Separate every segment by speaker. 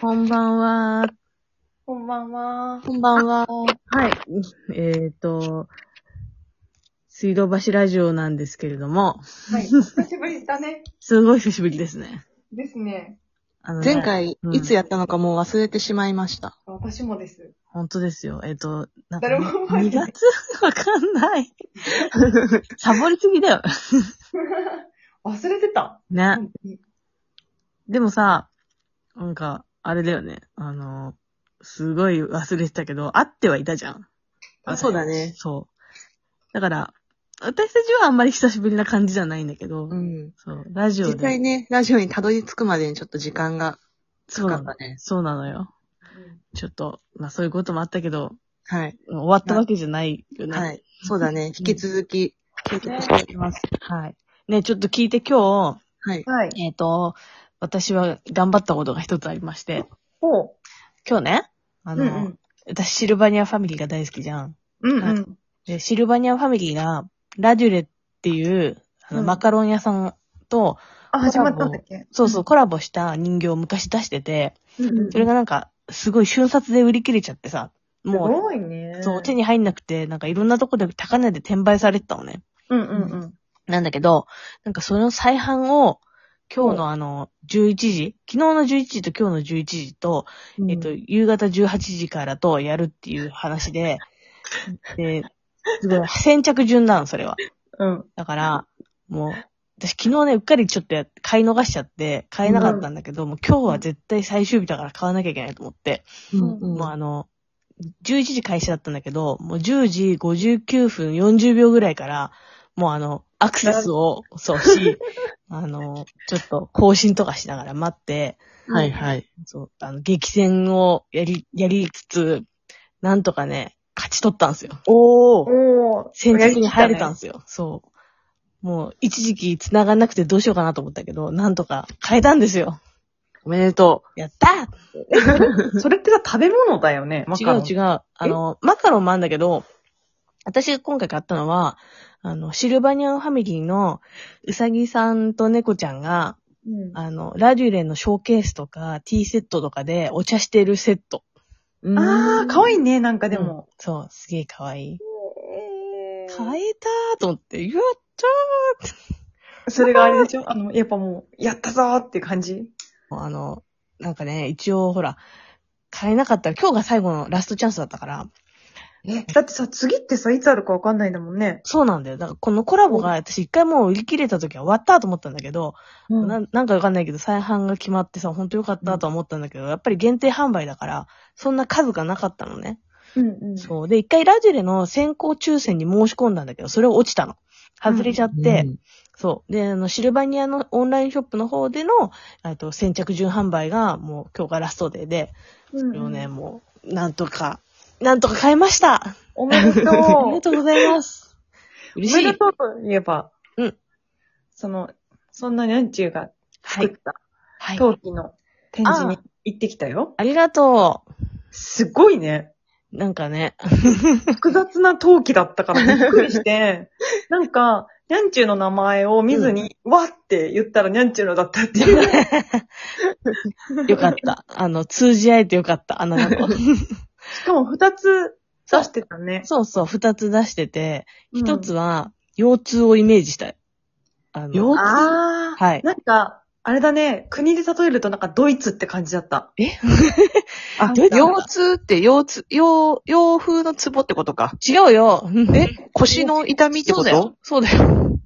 Speaker 1: こんばんは。
Speaker 2: こんばんは。
Speaker 1: こんばんは。はい。えっ、と、水道橋ラジオなんですけれども、
Speaker 2: はい。久しぶりだね。
Speaker 1: すごい久しぶりですね。
Speaker 2: ですね。
Speaker 1: あのね
Speaker 3: 前。回、
Speaker 1: うん
Speaker 3: いつやったのかもう忘れてしまいました。
Speaker 2: 私もです。
Speaker 1: 本当ですよ。えっ、と、なんか
Speaker 2: 誰も覚え
Speaker 1: 2
Speaker 2: てない
Speaker 1: 月 わかんない。サボりすぎだよ。
Speaker 2: 忘れてた。
Speaker 1: ね。
Speaker 2: 本当に
Speaker 1: でもさ、なんか、あれだよね。あの、すごい忘れてたけど、会ってはいたじゃん。
Speaker 3: あそうだね
Speaker 1: そう。だから、私たちはあんまり久しぶりな感じじゃないんだけど、
Speaker 3: うん。
Speaker 1: そう、ラジオで。
Speaker 3: 実際ね、ラジオにたどり着くまでにちょっと時間が
Speaker 1: そ
Speaker 3: か
Speaker 1: う
Speaker 3: か
Speaker 1: なの
Speaker 3: った。ね。
Speaker 1: そうなのよ。ちょっと、まあそういうこともあったけど、
Speaker 3: はい。
Speaker 1: 終わったわけじゃないよね。
Speaker 3: は。い。そうだね。引き続き、継続していきます。
Speaker 1: はい。ね、ちょっと聞いて今
Speaker 3: はい。
Speaker 2: はい。
Speaker 1: 日、えっ、と、私は頑張ったことが一つありまして、
Speaker 2: ほ
Speaker 1: 今日ね、あ
Speaker 2: う。
Speaker 1: の、
Speaker 2: うん
Speaker 1: 私シルバニアファミリーが大好きじゃん。
Speaker 2: うん。うんう
Speaker 1: は
Speaker 2: ん。
Speaker 1: で、シルバニアファミリーが、ラデュレっていう、あの、
Speaker 2: うん
Speaker 1: マカロン屋さんと、
Speaker 2: あ、始まったんだっけ
Speaker 1: そうそう、コラボした人形を昔出してて、
Speaker 2: うんうん。
Speaker 1: それがなんか、すごい瞬殺で売り切れちゃってさ、
Speaker 2: す
Speaker 1: もう
Speaker 2: ごいね。
Speaker 1: そう、手。に入んなくて、なんかいろんなとこで高値で転売されてたのね。
Speaker 2: うんうん
Speaker 1: なんだけど、なんかその再販を、今日のあの、11時、昨日の11時と今日の11時と、
Speaker 2: うん。
Speaker 1: えっと、夕方18時からとやるっていう話で、で、すごい先着順なの、それは。
Speaker 2: うん。
Speaker 1: だから、もう、私昨日ね、うっかりちょっとや買い逃しちゃって、買えなかったんだけど、もう今日は絶対最終日だから買わなきゃいけないと思って、
Speaker 3: うんうん
Speaker 1: もうあの、11時開始だったんだけど、もう10時59分40秒ぐらいから、もうあの、アクセスを、そうし、 あの、ちょっと更新とかしながら待って、
Speaker 3: はいはい。
Speaker 1: そう、あの、激戦をやり、やりつつ、なんとかね、勝ち取ったんですよ。
Speaker 3: おお。
Speaker 2: おー。
Speaker 1: 先着に入れたん
Speaker 2: ん
Speaker 1: ですよ。そう。もう、一時期繋がんなくてどうしようかなと思ったけど、なんとか変えたんですよ。
Speaker 3: おめでと
Speaker 1: やった
Speaker 2: そ れってさ、食べ物だよね。マ
Speaker 1: 違
Speaker 2: カロ
Speaker 1: う
Speaker 2: ン
Speaker 1: 違う。あの、マカロンもあんだけど、私が今回買ったのは、あの、シルバニアンファミリーのうさぎさんと猫ちゃんが、
Speaker 2: うん。
Speaker 1: あの、ラデュレのショーケースとか、ティーセットとかでお茶してるセット。
Speaker 3: う。うーん
Speaker 2: あー、かわいいね、なんかでも。
Speaker 1: そう、すげえかわいい。
Speaker 2: え
Speaker 1: 買えたーと思って、やった
Speaker 2: それがあれでしょあの、やっぱもう、やったぞーっていう感じ
Speaker 1: ーもうあの、なんかね、一応ほら、買えなかったら今日が最後のラストチャンスだったから、
Speaker 2: え、だってさ、次ってさ、いつあるかわかんないんだもんね。
Speaker 1: そうなんだよ。だからこのコラボが私一回もう売り切れた時は終わったと思ったんだけど、
Speaker 2: うん
Speaker 1: ななんかわかんないけど、再販が決まってさ、ほんとよかったとは思ったんだけど、やっぱり限定販売だから、そんな数がなかったのね。
Speaker 2: うんうん。
Speaker 1: そう。で、一回ラジレの先行抽選に申し込んだんだけど、それを落ちたの。外れちゃって、
Speaker 3: うん
Speaker 1: そう。で、あの、シルバニアのオンラインショップの方での、えっと、先着順販売が、もう今日がラストデーで、
Speaker 2: うん
Speaker 1: そ
Speaker 2: うん
Speaker 1: れをね、もう、なんとか、なんとか買いました
Speaker 2: おめでとう。
Speaker 1: ありがとうございます。 嬉
Speaker 2: お
Speaker 1: し
Speaker 2: め
Speaker 1: い
Speaker 2: で。とうと言えば、
Speaker 1: うん。
Speaker 2: その、そんなにゃんちゅうが
Speaker 1: は
Speaker 2: 作っ
Speaker 1: い。
Speaker 2: た
Speaker 1: はい。
Speaker 2: 陶器の展示に行ってきたよ。
Speaker 1: ありがと
Speaker 2: すごいね。
Speaker 1: う。なんかね、
Speaker 2: 複雑な陶器だったからびっくりして、 なんか、にゃんちゅうの名前を見ずに、わって言ったらにゃんちゅうのだったって いう。
Speaker 1: よかった。あの、通じ合えてよかった、あの子 と。
Speaker 2: しかも二つ出してたね。
Speaker 1: そうそう、二つ出してて、
Speaker 2: うん
Speaker 1: 一つは、腰痛をイメージした。あの
Speaker 3: 腰
Speaker 2: ああ。
Speaker 1: はい
Speaker 2: なんか、あれだね、国で例えるとなんかドイツって感じだった。
Speaker 1: え
Speaker 2: あ、
Speaker 1: ドイツ
Speaker 3: 腰痛って、腰痛、洋、洋風のツボってことか。
Speaker 1: 違うよ。
Speaker 3: え腰の痛みって
Speaker 1: そ
Speaker 3: こ
Speaker 1: うだ
Speaker 3: と
Speaker 1: よ。そうだよ。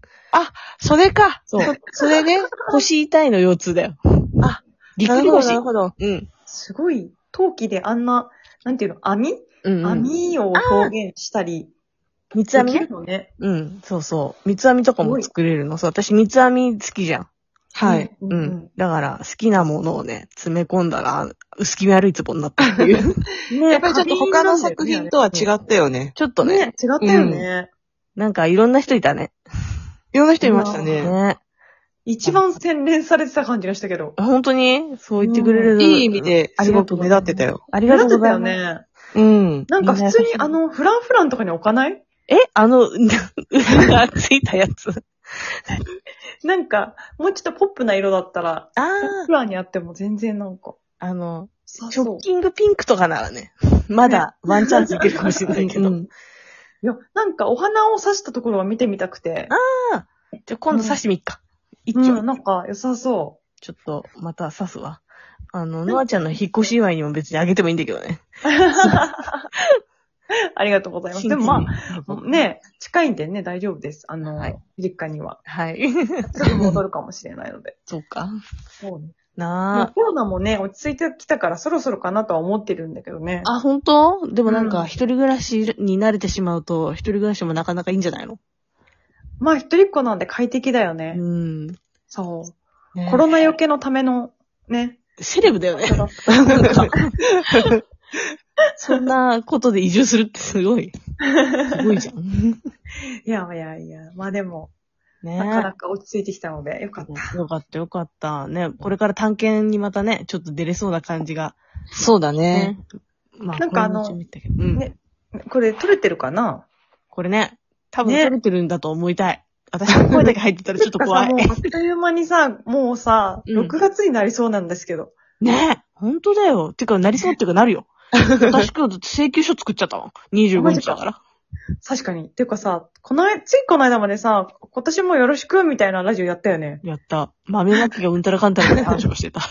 Speaker 3: それか。
Speaker 1: そう。それね、腰痛いの腰痛だよ。
Speaker 3: あ、
Speaker 1: ぎっ
Speaker 3: な
Speaker 1: くり
Speaker 3: るほど、
Speaker 1: 腰
Speaker 3: な。るほど。
Speaker 1: うん。
Speaker 2: すごい、陶器であんな、なんていうの、網、
Speaker 1: うん、うん。
Speaker 2: 網を表現したり、
Speaker 1: 三つ
Speaker 2: で
Speaker 1: 編
Speaker 2: き
Speaker 1: み
Speaker 2: る
Speaker 1: ね
Speaker 2: のね。
Speaker 1: うん、そうそう。三つ編みとかも作れるの。そう、私三つ編み好きじゃん。
Speaker 3: はい。
Speaker 2: う。
Speaker 1: うん。
Speaker 2: うん
Speaker 1: だから、好きなものをね、詰め込んだら、薄気味悪いツボになったっていう。
Speaker 2: んね
Speaker 3: やっぱりちょっと他の作品とは違ったよね。
Speaker 1: ちょっと
Speaker 2: ね
Speaker 1: ね、
Speaker 2: ね。違ったよね。
Speaker 1: なんかいろんな人いたね。
Speaker 3: いろんな人いました
Speaker 2: う
Speaker 3: ね。
Speaker 1: ね。
Speaker 2: 一番洗練されてた感じがしたけど。
Speaker 1: 本当にそう言ってくれ
Speaker 2: う
Speaker 1: る。
Speaker 3: いい意味。で、すごく目立ってたよ。
Speaker 1: あり
Speaker 2: 目
Speaker 1: がと
Speaker 2: 立
Speaker 1: う
Speaker 2: っ
Speaker 1: ご
Speaker 2: てた
Speaker 1: ざい
Speaker 2: よ
Speaker 1: ます。
Speaker 2: ね。
Speaker 3: うん。
Speaker 2: なんか普通
Speaker 1: みんな
Speaker 2: に
Speaker 1: 優しい
Speaker 2: あの、フランフランとかに置かない
Speaker 1: えあの、 がついたやつ。
Speaker 2: なんか、もうちょっとポップな色だったら、
Speaker 1: あ
Speaker 2: フランにあっても全然なんか。
Speaker 1: あの、シ
Speaker 2: そう
Speaker 1: ョッキングピンクとかならね、まだワンチャンスいけるかもしれないけど。
Speaker 2: うんいや、なんかお花を刺したところは見てみたくて。
Speaker 1: じゃあ今度刺してみっか。一
Speaker 2: う
Speaker 1: 丁、
Speaker 2: ん、なんか良さそ
Speaker 1: ちょっと、また刺すわ。あの、ノアちゃんの引っ越し祝いにも別にあげてもいいんだけどね。
Speaker 2: う。 ありがとうございます。でもまあ、
Speaker 1: あ、
Speaker 2: ね、近いんでね、大丈夫です。あの、
Speaker 1: はい
Speaker 2: 実家に は。
Speaker 1: はい。
Speaker 2: すぐ戻るかもしれないので。
Speaker 1: そうか。
Speaker 2: そうね。まあ
Speaker 1: な
Speaker 2: コロナもね、落ち着いてきたからそろそろかなとは思ってるんだけどね。
Speaker 1: あ。あ、本当でもなん
Speaker 2: うん
Speaker 1: か、一人暮らしに慣れてしまうと、一人暮らしもなかなかいいんじゃないの
Speaker 2: まあ一人っ子なんで快適だよね。
Speaker 1: うん。
Speaker 2: そう。
Speaker 1: ね
Speaker 2: コロナよけのための、 ね。
Speaker 1: セレブだよね。
Speaker 2: 働
Speaker 1: なん か、そんなことで移住するってすごい。すごい じゃん。
Speaker 2: くいやいやいや、まあでも、なか
Speaker 1: ね
Speaker 2: なか落ち着いてきたので、よかった。
Speaker 1: よかったよかった。ね、これから探検にまたね、ちょっと出れそうな感じが。
Speaker 3: そうだね。
Speaker 1: ね。まあ、
Speaker 2: なんかあの
Speaker 1: これも見たけどうん
Speaker 2: ねこれ取れてるかな
Speaker 1: これね、多分
Speaker 2: ね
Speaker 1: 撮れてるんだと思いたい。 私の声だけ入ってたらちょっと怖い。
Speaker 2: なんかさもうあっという間にさ、もうさ、
Speaker 1: うん
Speaker 2: 6月になりそうなんですけど。
Speaker 1: ねえ、本当だよ。てか、なりそうっていうかなるよ。私今日請求書作っちゃったもん。25日だから。
Speaker 2: 確かに。ていうかさ、この間、ついこの間までさ、今年もよろしくみたいなラジオやったよね。
Speaker 1: やった。豆まきがうんたらかんたらって話をしてた。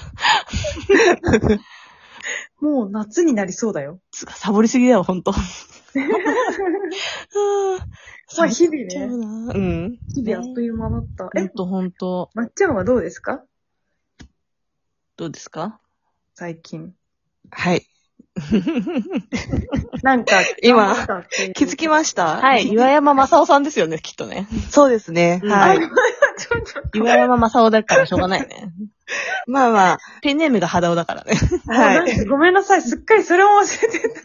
Speaker 2: もう夏になりそうだよ。
Speaker 1: つうか サボりすぎだよ、ほんと。
Speaker 2: まあ日々
Speaker 1: ちゃ
Speaker 2: ね
Speaker 1: う、な。うん。
Speaker 2: 日々あっという間だった。
Speaker 1: ほ
Speaker 2: え
Speaker 1: ん、とほんと。
Speaker 2: まっちゃんはどうですか
Speaker 1: どうですか
Speaker 2: 最近。
Speaker 3: はい。
Speaker 2: なんか、
Speaker 3: 今
Speaker 2: なんかっていう
Speaker 3: 気づきました
Speaker 1: はい。岩山正夫さんですよね、きっとね。
Speaker 3: そうですね。
Speaker 1: うん
Speaker 3: は い。
Speaker 2: ちょっと
Speaker 1: 岩山正夫だからしょうがないよね。
Speaker 3: まあま
Speaker 1: ペンネームが肌男だからね。
Speaker 3: あ、
Speaker 2: な
Speaker 3: はい。
Speaker 2: んかごめんなさい。すっかりそれも忘れてた。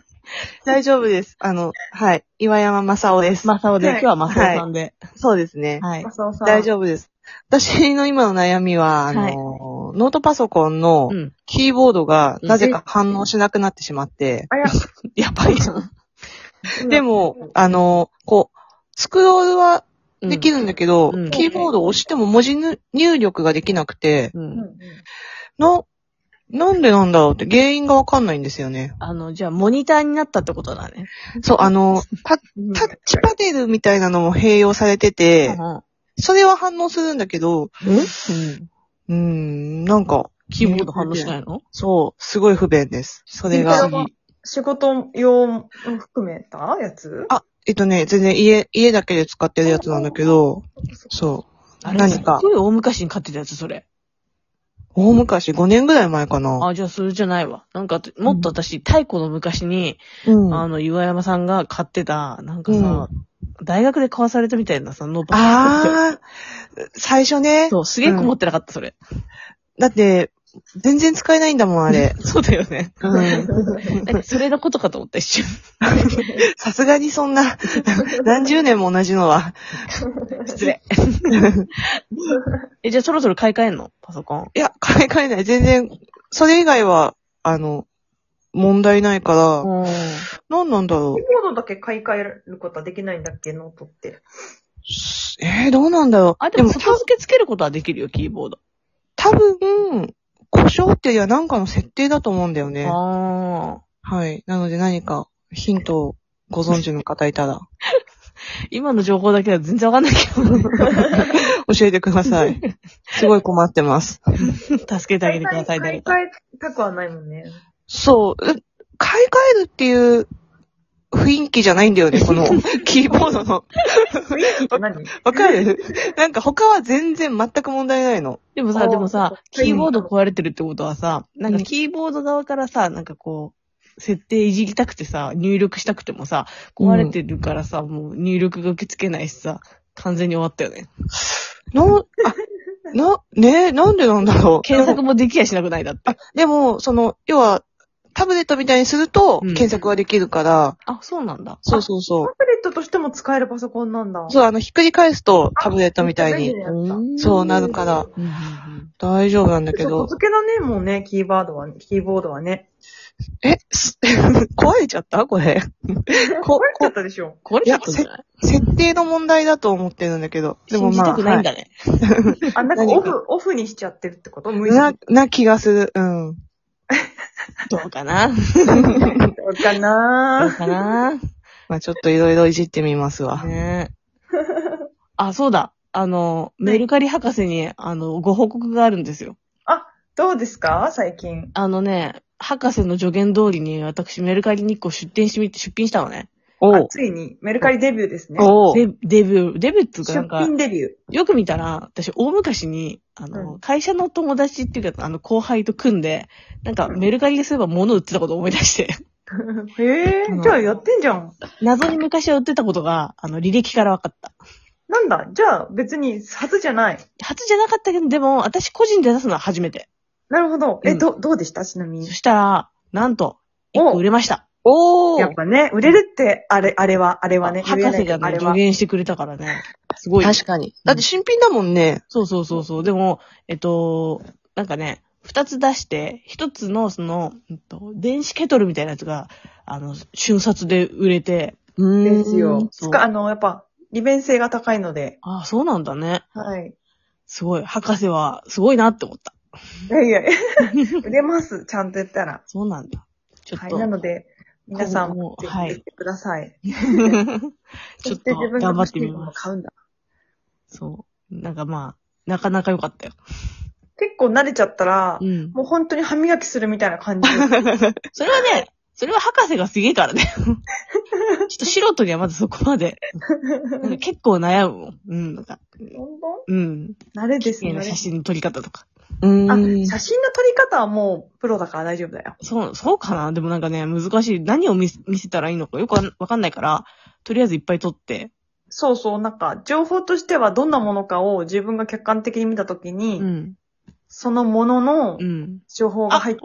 Speaker 3: 大丈夫です。あの、はい。岩山正夫です。
Speaker 1: 正夫で、
Speaker 2: はい
Speaker 1: 今日は正夫さんで。
Speaker 3: そうですね。
Speaker 1: はい。
Speaker 2: マサオさん
Speaker 3: 大丈夫です。私の今の悩みは、あの、
Speaker 1: はい
Speaker 3: ノートパソコンの
Speaker 1: うん。
Speaker 3: キーボードが
Speaker 1: うん
Speaker 3: なぜか反応しなくなってしまって、
Speaker 2: あや、
Speaker 1: やばいじゃん。
Speaker 3: でも、あの、こう、スクロールはできるんだけど、
Speaker 1: うん
Speaker 3: キーボードを押しても文字入力ができなくて、
Speaker 1: う
Speaker 2: うんん、うん。
Speaker 3: の、なんでなんだろうって原因がわかんないんですよね。
Speaker 1: あの、じゃあ、モニターになったってことだね。
Speaker 3: そう、あの、タ
Speaker 2: うん
Speaker 3: タッチパネルみたいなのも併用されてて、
Speaker 1: うん
Speaker 3: それは反応するんだけ
Speaker 1: う
Speaker 3: ど、
Speaker 1: ん。
Speaker 3: うーん、なんか、
Speaker 1: キーボード反応しないの
Speaker 3: そう、すごい不便です。それ
Speaker 2: 不
Speaker 3: が
Speaker 2: 便。仕事用も含めたやつ
Speaker 3: あ、えっとね、全然家、家だけで使ってるやつなんだけど、そう。
Speaker 1: あれ
Speaker 3: 何か
Speaker 1: すごい大昔に買ってたやつ、それ。
Speaker 3: 大昔、5年ぐらい前かな。
Speaker 1: あ、じゃあ、それじゃないわ。なんか、もっと私、太古の昔に、
Speaker 3: うん。
Speaker 1: あ
Speaker 3: あ
Speaker 1: の、岩山さんが買ってた、なんかさ、大学で買わされたみたいなさ、ノーパ
Speaker 3: あー、最初ね。
Speaker 1: そう、すげえこもってなかった、それ。
Speaker 3: だって、全然使えないんだもん、あれ。
Speaker 1: そうだよね。
Speaker 3: うん。
Speaker 1: なんかそれのことかと思った、一 瞬。
Speaker 3: さすがにそ んな、何十年も同じのは。
Speaker 1: 失礼。え、じゃあそろそろ買い替えんのパソコン。
Speaker 3: いや、買い替えない。全然、それ以外は、あの、問題ないから、
Speaker 1: うん。
Speaker 3: 何なんだろ
Speaker 2: キー
Speaker 3: う。
Speaker 2: ボードだけ買い替えることはできないんだっけノートって。
Speaker 3: えー、どうなんだろう。
Speaker 1: あ、でも
Speaker 3: 多
Speaker 1: 外付けつけることはできるよ、キーボード。
Speaker 3: 多分、故障っていうよりは何かの設定だと思うんだよね。
Speaker 1: ああ。
Speaker 3: はい。なので何かヒントをご存知の方いたら
Speaker 1: 今の情報だけは全然わかんないけ ど。
Speaker 3: 教えてくだ さい。すごい困ってます。
Speaker 1: 助けてあげてください、
Speaker 2: 買
Speaker 1: 誰
Speaker 2: い
Speaker 1: か。
Speaker 2: 替えたくはないもんね。
Speaker 3: そう。え買い替えるっていう雰囲気じゃないんだよね、 このキーボードの。
Speaker 2: 雰囲気って何
Speaker 3: わかるなんか他は全然全く問題ないの。
Speaker 1: でもさ、
Speaker 2: あー
Speaker 1: でもさ、
Speaker 2: そう
Speaker 1: キーボード壊れてるってことはさ、なんかキーボード側からさ、なんかこう、設定いじりたくてさ、入力したくてもさ、壊れてるからさ、もう入力が受け付けないしさ、完全に終わったよね。
Speaker 3: の、あ、な、ねえ、なんでなんだろう。
Speaker 1: 検索もできやしなくないだって。
Speaker 3: でも、その、要は、タブレットみたいにすると、
Speaker 1: うん
Speaker 3: 検索はできるから、
Speaker 1: あ、そうなんだ。
Speaker 3: そうそうそう。
Speaker 2: タブレットとしても使えるパソコンなんだ。
Speaker 3: そう、あの、ひっくり返すとタブレットみたい
Speaker 2: めっ
Speaker 3: に、
Speaker 2: ちゃ便利なやつだ
Speaker 3: そうなるから、
Speaker 1: うんうんうん
Speaker 3: 大丈夫なんだけど
Speaker 2: 外、付けだね、もうね、キーボードはね。キーボードはね。
Speaker 3: え、す壊れちゃったこれ。こ
Speaker 2: 壊れちゃったでしょ。
Speaker 1: 壊れちゃったんじゃない
Speaker 3: 設定の問題だと思ってるんだけど。で
Speaker 1: 信
Speaker 3: も
Speaker 1: じ
Speaker 3: ま
Speaker 1: た
Speaker 3: あ、
Speaker 1: くないんだね。
Speaker 2: あ、なんか
Speaker 3: 何
Speaker 2: オ
Speaker 3: が
Speaker 2: フ、オフにしちゃってるってこと無
Speaker 3: はい
Speaker 2: 意識
Speaker 3: な、な気がする。うん。
Speaker 1: どうかな ど
Speaker 2: どうか
Speaker 1: う
Speaker 2: な
Speaker 1: かな
Speaker 3: まあちょっといろいろいじってみますわ。
Speaker 1: ねえあ、そうだ。あの、メルカリ博士に、あの、ご報告があるんですよ。
Speaker 2: どうですか最近。
Speaker 1: あのね、博士の助言通りに私メルカリに1個出店してみて、出品したのね。
Speaker 3: お
Speaker 2: あ
Speaker 3: う。
Speaker 2: ついに、メルカリデビューですね。
Speaker 3: おう。
Speaker 1: デデビュー、デビューっていうかな
Speaker 2: 出
Speaker 1: んか、
Speaker 2: 品デビュー。
Speaker 1: よく見たら、私大昔に、あの、
Speaker 2: う
Speaker 1: 会社の友達っていうか、あの、後輩と組んで、なんか
Speaker 2: うん
Speaker 1: メルカリですれば物売ってたことを思い出して、
Speaker 2: へえ
Speaker 1: うん
Speaker 2: じゃあやってんじゃん。
Speaker 1: 謎に昔は売ってたことが、あの、履歴から分かった。
Speaker 2: なんだ、じゃあ別に初じゃない。
Speaker 1: 初じゃなかったけど、でも、私個人で出すのは初めて。
Speaker 2: なるほど。
Speaker 1: う
Speaker 2: え、
Speaker 1: ん
Speaker 2: ど、どうでしたちなみに
Speaker 1: そ。したら、なんと、1
Speaker 2: お
Speaker 1: 個売れました。
Speaker 3: お
Speaker 2: やっ
Speaker 3: ー
Speaker 2: ぱね、売れるって、あれ、あれは、あれはね。
Speaker 1: 博士が
Speaker 2: 言えない
Speaker 1: ね、助
Speaker 2: けどあれは。
Speaker 1: 言してくれたからね。すごい。
Speaker 3: 確かに。だって新品だもんね。
Speaker 1: そうそうそうそう。でも、えっと、なんかね、二つ出して、一つの、その、うんと電子ケトルみたいなやつが、あの、瞬殺で売れて、
Speaker 3: うー
Speaker 2: で
Speaker 3: ん
Speaker 2: すよ。
Speaker 1: そう
Speaker 2: つか、あの、やっぱ、利便性が高いので。
Speaker 1: ああ、そうなんだね。
Speaker 2: はい。
Speaker 1: すごい。博士は、すごいなって思った。
Speaker 2: い やいや、売れます。ちゃんとやったら。
Speaker 1: そうなんだ。ちょっ
Speaker 2: はい。
Speaker 1: と、
Speaker 2: なので、皆さん
Speaker 1: 今後
Speaker 2: も
Speaker 1: も、
Speaker 2: ぜひ
Speaker 1: はい
Speaker 2: 売ってください。
Speaker 1: ち
Speaker 2: そ
Speaker 1: ょっ
Speaker 2: して
Speaker 1: と
Speaker 2: 自分が
Speaker 1: 頑張
Speaker 2: 欲
Speaker 1: っ
Speaker 2: して
Speaker 1: み
Speaker 2: いものを
Speaker 1: ます。
Speaker 2: 買うんだ。
Speaker 1: そう。なんかまあ、なかなか良かったよ。
Speaker 2: 結構慣れちゃったら
Speaker 1: う、ん。
Speaker 2: もう本当に歯磨きするみたいな感 じ。
Speaker 1: それはね、それは博士がすげえ からね。ちょっと素人にはまだそこまで。なんか結構悩むもん。うん。なんか、
Speaker 2: 本当
Speaker 1: うん。
Speaker 2: 慣れですね。
Speaker 1: の写真の撮り方とか。
Speaker 3: う
Speaker 2: あ、
Speaker 3: ーん。
Speaker 2: 写真の撮り方はもうプロだから大丈夫だよ。
Speaker 1: そう、そうかなでもなんかね、難しい。何を見せ見せたらいいのかよくわわかんないから、とりあえずいっぱい撮って。
Speaker 2: そうそう、なんか、情報としてはどんなものかを自分が客観的に見たときに、
Speaker 1: うん。
Speaker 2: そのものの
Speaker 1: うん。
Speaker 2: 情報が
Speaker 1: あ
Speaker 2: 入って、、